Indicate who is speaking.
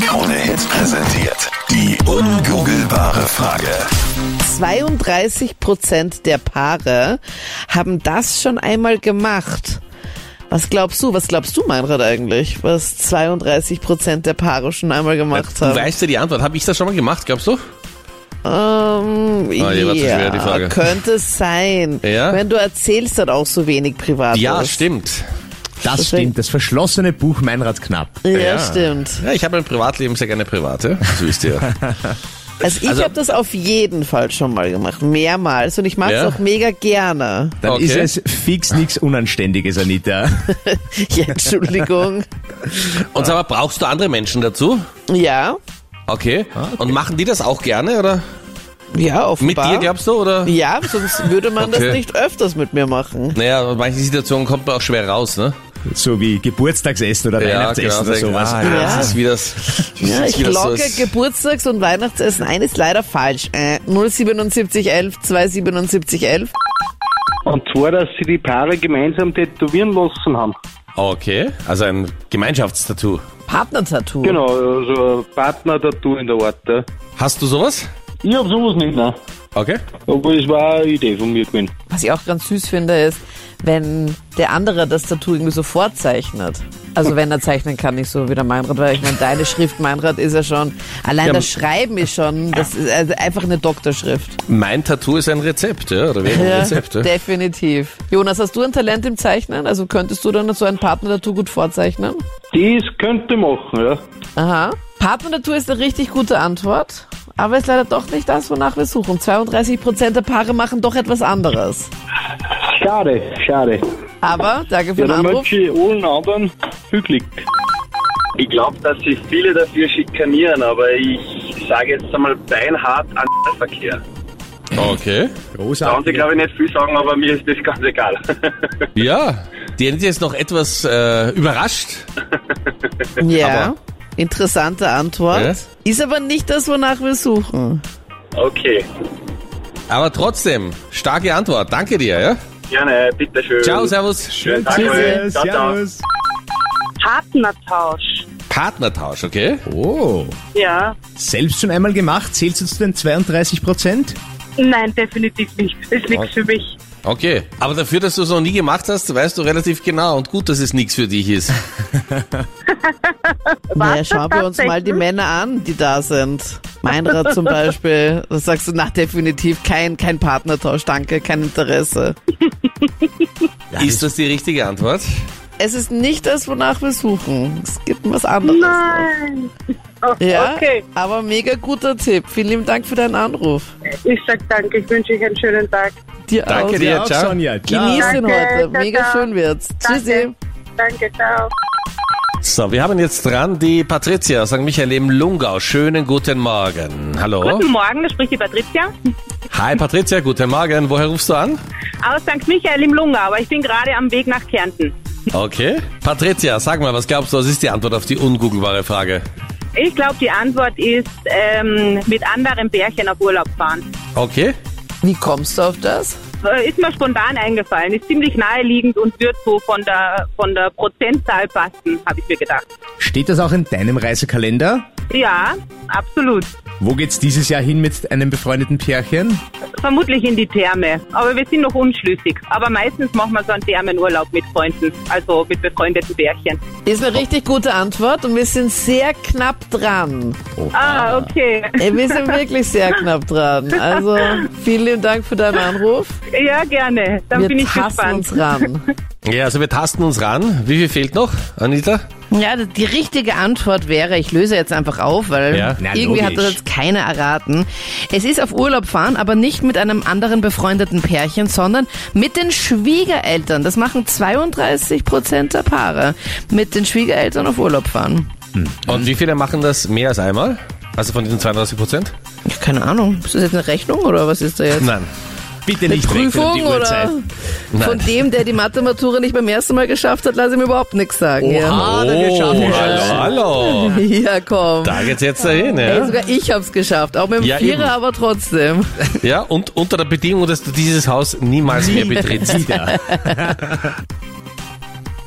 Speaker 1: Krone Hits präsentiert die ungoogelbare Frage.
Speaker 2: 32 Prozent der Paare haben das schon einmal gemacht. Was glaubst du, was glaubst du, Meinrad, eigentlich, was 32 Prozent der Paare schon einmal gemacht
Speaker 3: Du
Speaker 2: haben?
Speaker 3: weißt ja die Antwort. Habe ich das schon mal gemacht, glaubst du?
Speaker 2: Ähm,
Speaker 3: Ah, die war zu schwer, die Frage.
Speaker 2: könnte sein.
Speaker 3: Ja?
Speaker 2: Wenn du erzählst dann auch so wenig privat.
Speaker 3: Ja,
Speaker 2: ist.
Speaker 3: stimmt.
Speaker 4: Das
Speaker 2: Deswegen-
Speaker 4: stimmt, das verschlossene Buch Meinrad Knapp.
Speaker 2: Ja, stimmt.
Speaker 3: Ja, ich habe ein Privatleben sehr gerne private. Das wisst ihr.
Speaker 2: Also ich habe das auf jeden Fall schon mal gemacht, mehrmals und ich mache es
Speaker 3: Ja?
Speaker 2: auch mega gerne.
Speaker 4: Dann
Speaker 3: Okay.
Speaker 4: ist es fix nichts Unanständiges, Anita.
Speaker 2: Ja, Entschuldigung.
Speaker 3: Und sag mal, brauchst du andere Menschen dazu?
Speaker 2: ja,
Speaker 3: Okay. Und machen die das auch gerne oder?
Speaker 2: ja,
Speaker 3: Mit
Speaker 2: offenbar.
Speaker 3: dir, glaubst du, oder?
Speaker 2: Ja, sonst würde man
Speaker 3: Okay.
Speaker 2: das nicht öfters mit mir machen.
Speaker 3: Naja, in manchen Situationen kommt man auch schwer raus, ne?
Speaker 4: So wie Geburtstagsessen oder Weihnachtsessen oder
Speaker 3: denken,
Speaker 4: sowas.
Speaker 3: Ah, ja,
Speaker 2: Ja.
Speaker 3: Das ist wie das. das
Speaker 2: Ja,
Speaker 3: ist
Speaker 2: ich
Speaker 3: wie das so
Speaker 2: locke
Speaker 3: ist.
Speaker 2: Geburtstags- und Weihnachtsessen ein, ist leider falsch. Äh, 07711 27711.
Speaker 5: Und zwar, dass sie die Paare gemeinsam tätowieren lassen haben.
Speaker 3: Okay, also ein Gemeinschaftstattoo.
Speaker 2: Partner-Tattoo.
Speaker 5: Genau, also ein Partner-Tattoo in der Art. Ja.
Speaker 3: Hast du sowas?
Speaker 5: Ich hab sowas nicht, nein.
Speaker 3: Okay.
Speaker 5: Aber es war eine Idee von mir gewesen.
Speaker 2: Was ich auch ganz süß finde, ist, wenn der andere das Tattoo irgendwie so vorzeichnet. Also wenn er zeichnen kann, nicht so wie der Meinrad, weil ich meine, deine Schrift, Meinrad, ist ja schon, allein das Schreiben ist schon, das ist also einfach eine Doktorschrift.
Speaker 3: Mein Tattoo ist ein Rezept, ja? Oder wäre ein Rezept, ja?
Speaker 2: definitiv. Jonas, hast du ein Talent im Zeichnen? Also könntest du dann so ein Partner-Tattoo gut vorzeichnen?
Speaker 5: Das könnte machen, ja.
Speaker 2: Aha. Partner-Natur ist eine richtig gute Antwort, aber ist leider doch nicht das, wonach wir suchen. 32% der Paare machen doch etwas anderes.
Speaker 5: Schade, schade.
Speaker 2: Aber, danke für
Speaker 5: Ja,
Speaker 2: den
Speaker 5: dann
Speaker 2: Anruf.
Speaker 5: wünsche ich allen anderen viel Glück.
Speaker 6: Ich glaube, dass sich viele dafür schikanieren, aber ich sage jetzt einmal beinhart an Verkehr.
Speaker 3: Okay.
Speaker 6: Da haben sie,
Speaker 4: Großartig.
Speaker 6: glaube ich, nicht viel sagen, aber mir ist das ganz egal.
Speaker 3: Ja. Die Anita ist noch etwas äh, überrascht.
Speaker 2: Ja, interessante Antwort.
Speaker 3: Ja.
Speaker 2: Ist aber nicht das, wonach wir suchen.
Speaker 6: okay,
Speaker 3: Aber trotzdem, starke Antwort. Danke dir, ja?
Speaker 6: gerne, bitteschön.
Speaker 3: Ciao, servus.
Speaker 6: Schönen Tag, euch. ciao, ciao.
Speaker 4: Servus.
Speaker 7: Partnertausch.
Speaker 3: Partnertausch, okay?
Speaker 4: Oh,
Speaker 7: Ja.
Speaker 4: selbst schon einmal gemacht? Zählst du zu den 32 Prozent?
Speaker 7: Nein, definitiv nicht. Ist nichts für mich.
Speaker 3: Okay. Aber dafür, dass du es noch nie gemacht hast, weißt du relativ genau und gut, dass es nichts für dich ist.
Speaker 2: Na,
Speaker 7: das
Speaker 2: schauen wir uns mal die
Speaker 7: tatsächlich?
Speaker 2: Männer an, die da sind. Meinrad zum Beispiel. Da sagst du, na, definitiv kein, kein Partnertausch, danke, kein Interesse.
Speaker 3: ist das die richtige Antwort?
Speaker 2: Es ist nicht das, wonach wir suchen. Es gibt was anderes.
Speaker 7: Nein.
Speaker 2: Ja,
Speaker 7: Oh, Okay,
Speaker 2: aber mega guter Tipp. Vielen lieben Dank für deinen Anruf.
Speaker 7: ich sag danke. Ich wünsche euch einen schönen Tag.
Speaker 2: Dir
Speaker 3: Danke
Speaker 2: auch.
Speaker 3: dir. Ja,
Speaker 4: auch,
Speaker 3: ciao.
Speaker 4: Sonja. Ciao.
Speaker 2: Genieß ihn
Speaker 7: Danke,
Speaker 2: heute.
Speaker 7: ciao,
Speaker 2: Mega
Speaker 7: ciao.
Speaker 2: schön wird's. Tschüssi.
Speaker 7: Danke. Danke, ciao.
Speaker 3: So, wir haben jetzt dran die Patricia aus St. Michael im Lungau. Schönen guten Morgen. Hallo.
Speaker 8: Guten Morgen, da spricht die Patricia
Speaker 3: Hi Patricia, guten Morgen. Woher rufst du an?
Speaker 8: aus St. Michael im Lunga, aber ich bin gerade am Weg nach Kärnten.
Speaker 3: Okay. Patricia, sag mal, was glaubst du, was ist die Antwort auf die ungoogelbare Frage?
Speaker 8: Ich glaube, die Antwort ist ähm, mit anderen Bärchen auf Urlaub fahren.
Speaker 3: Okay.
Speaker 2: Wie kommst du auf das?
Speaker 8: Äh, Ist mir spontan eingefallen, ist ziemlich naheliegend und wird so von der, von der Prozentzahl passen, habe ich mir gedacht.
Speaker 4: Steht das auch in deinem Reisekalender?
Speaker 8: Ja, absolut.
Speaker 4: Wo geht's dieses Jahr hin mit einem befreundeten Pärchen?
Speaker 8: Vermutlich in die Therme, aber wir sind noch unschlüssig. Aber meistens machen wir so einen Thermenurlaub mit Freunden, also mit befreundeten Bärchen.
Speaker 2: Ist eine richtig gute Antwort und wir sind sehr knapp dran.
Speaker 8: Ah, okay.
Speaker 2: Ey, Wir sind wirklich sehr knapp dran. Also vielen lieben Dank für deinen Anruf.
Speaker 8: Ja, gerne. Dann
Speaker 2: wir
Speaker 8: bin ich
Speaker 2: tasten
Speaker 8: gespannt.
Speaker 2: uns ran.
Speaker 3: Ja, also wir tasten uns ran. Wie viel fehlt noch, Anita?
Speaker 9: Ja, also die richtige Antwort wäre, ich löse jetzt einfach auf, weil
Speaker 3: Ja.
Speaker 4: Na,
Speaker 9: irgendwie hat das
Speaker 4: logisch.
Speaker 9: jetzt keiner erraten. Es ist auf Urlaub fahren, aber nicht mit einem anderen befreundeten Pärchen, sondern mit den Schwiegereltern. Das machen 32 Prozent der Paare. Mit den Schwiegereltern auf Urlaub fahren.
Speaker 3: Und wie viele machen das mehr als einmal? Also von diesen 32 Prozent?
Speaker 9: Ich keine Ahnung. Ist das jetzt eine Rechnung oder was ist da jetzt?
Speaker 3: Nein.
Speaker 4: Bitte nicht wechseln
Speaker 9: Prüfung
Speaker 4: die
Speaker 9: oder
Speaker 4: Uhrzeit.
Speaker 9: von dem, der die Mathematura nicht beim ersten Mal geschafft hat, lasse ich mir überhaupt nichts sagen. Ja.
Speaker 4: Ah, dann wir schaffen
Speaker 3: oh,
Speaker 4: es.
Speaker 3: hallo, hallo.
Speaker 9: ja, komm.
Speaker 3: Da geht's jetzt dahin,
Speaker 9: Ey,
Speaker 3: ja?
Speaker 9: sogar ich hab's geschafft. Auch mit dem
Speaker 3: Ja, eben.
Speaker 9: Vierer, aber trotzdem.
Speaker 3: Ja, und unter der Bedingung, dass du dieses Haus niemals mehr betrittst.
Speaker 4: Wieder.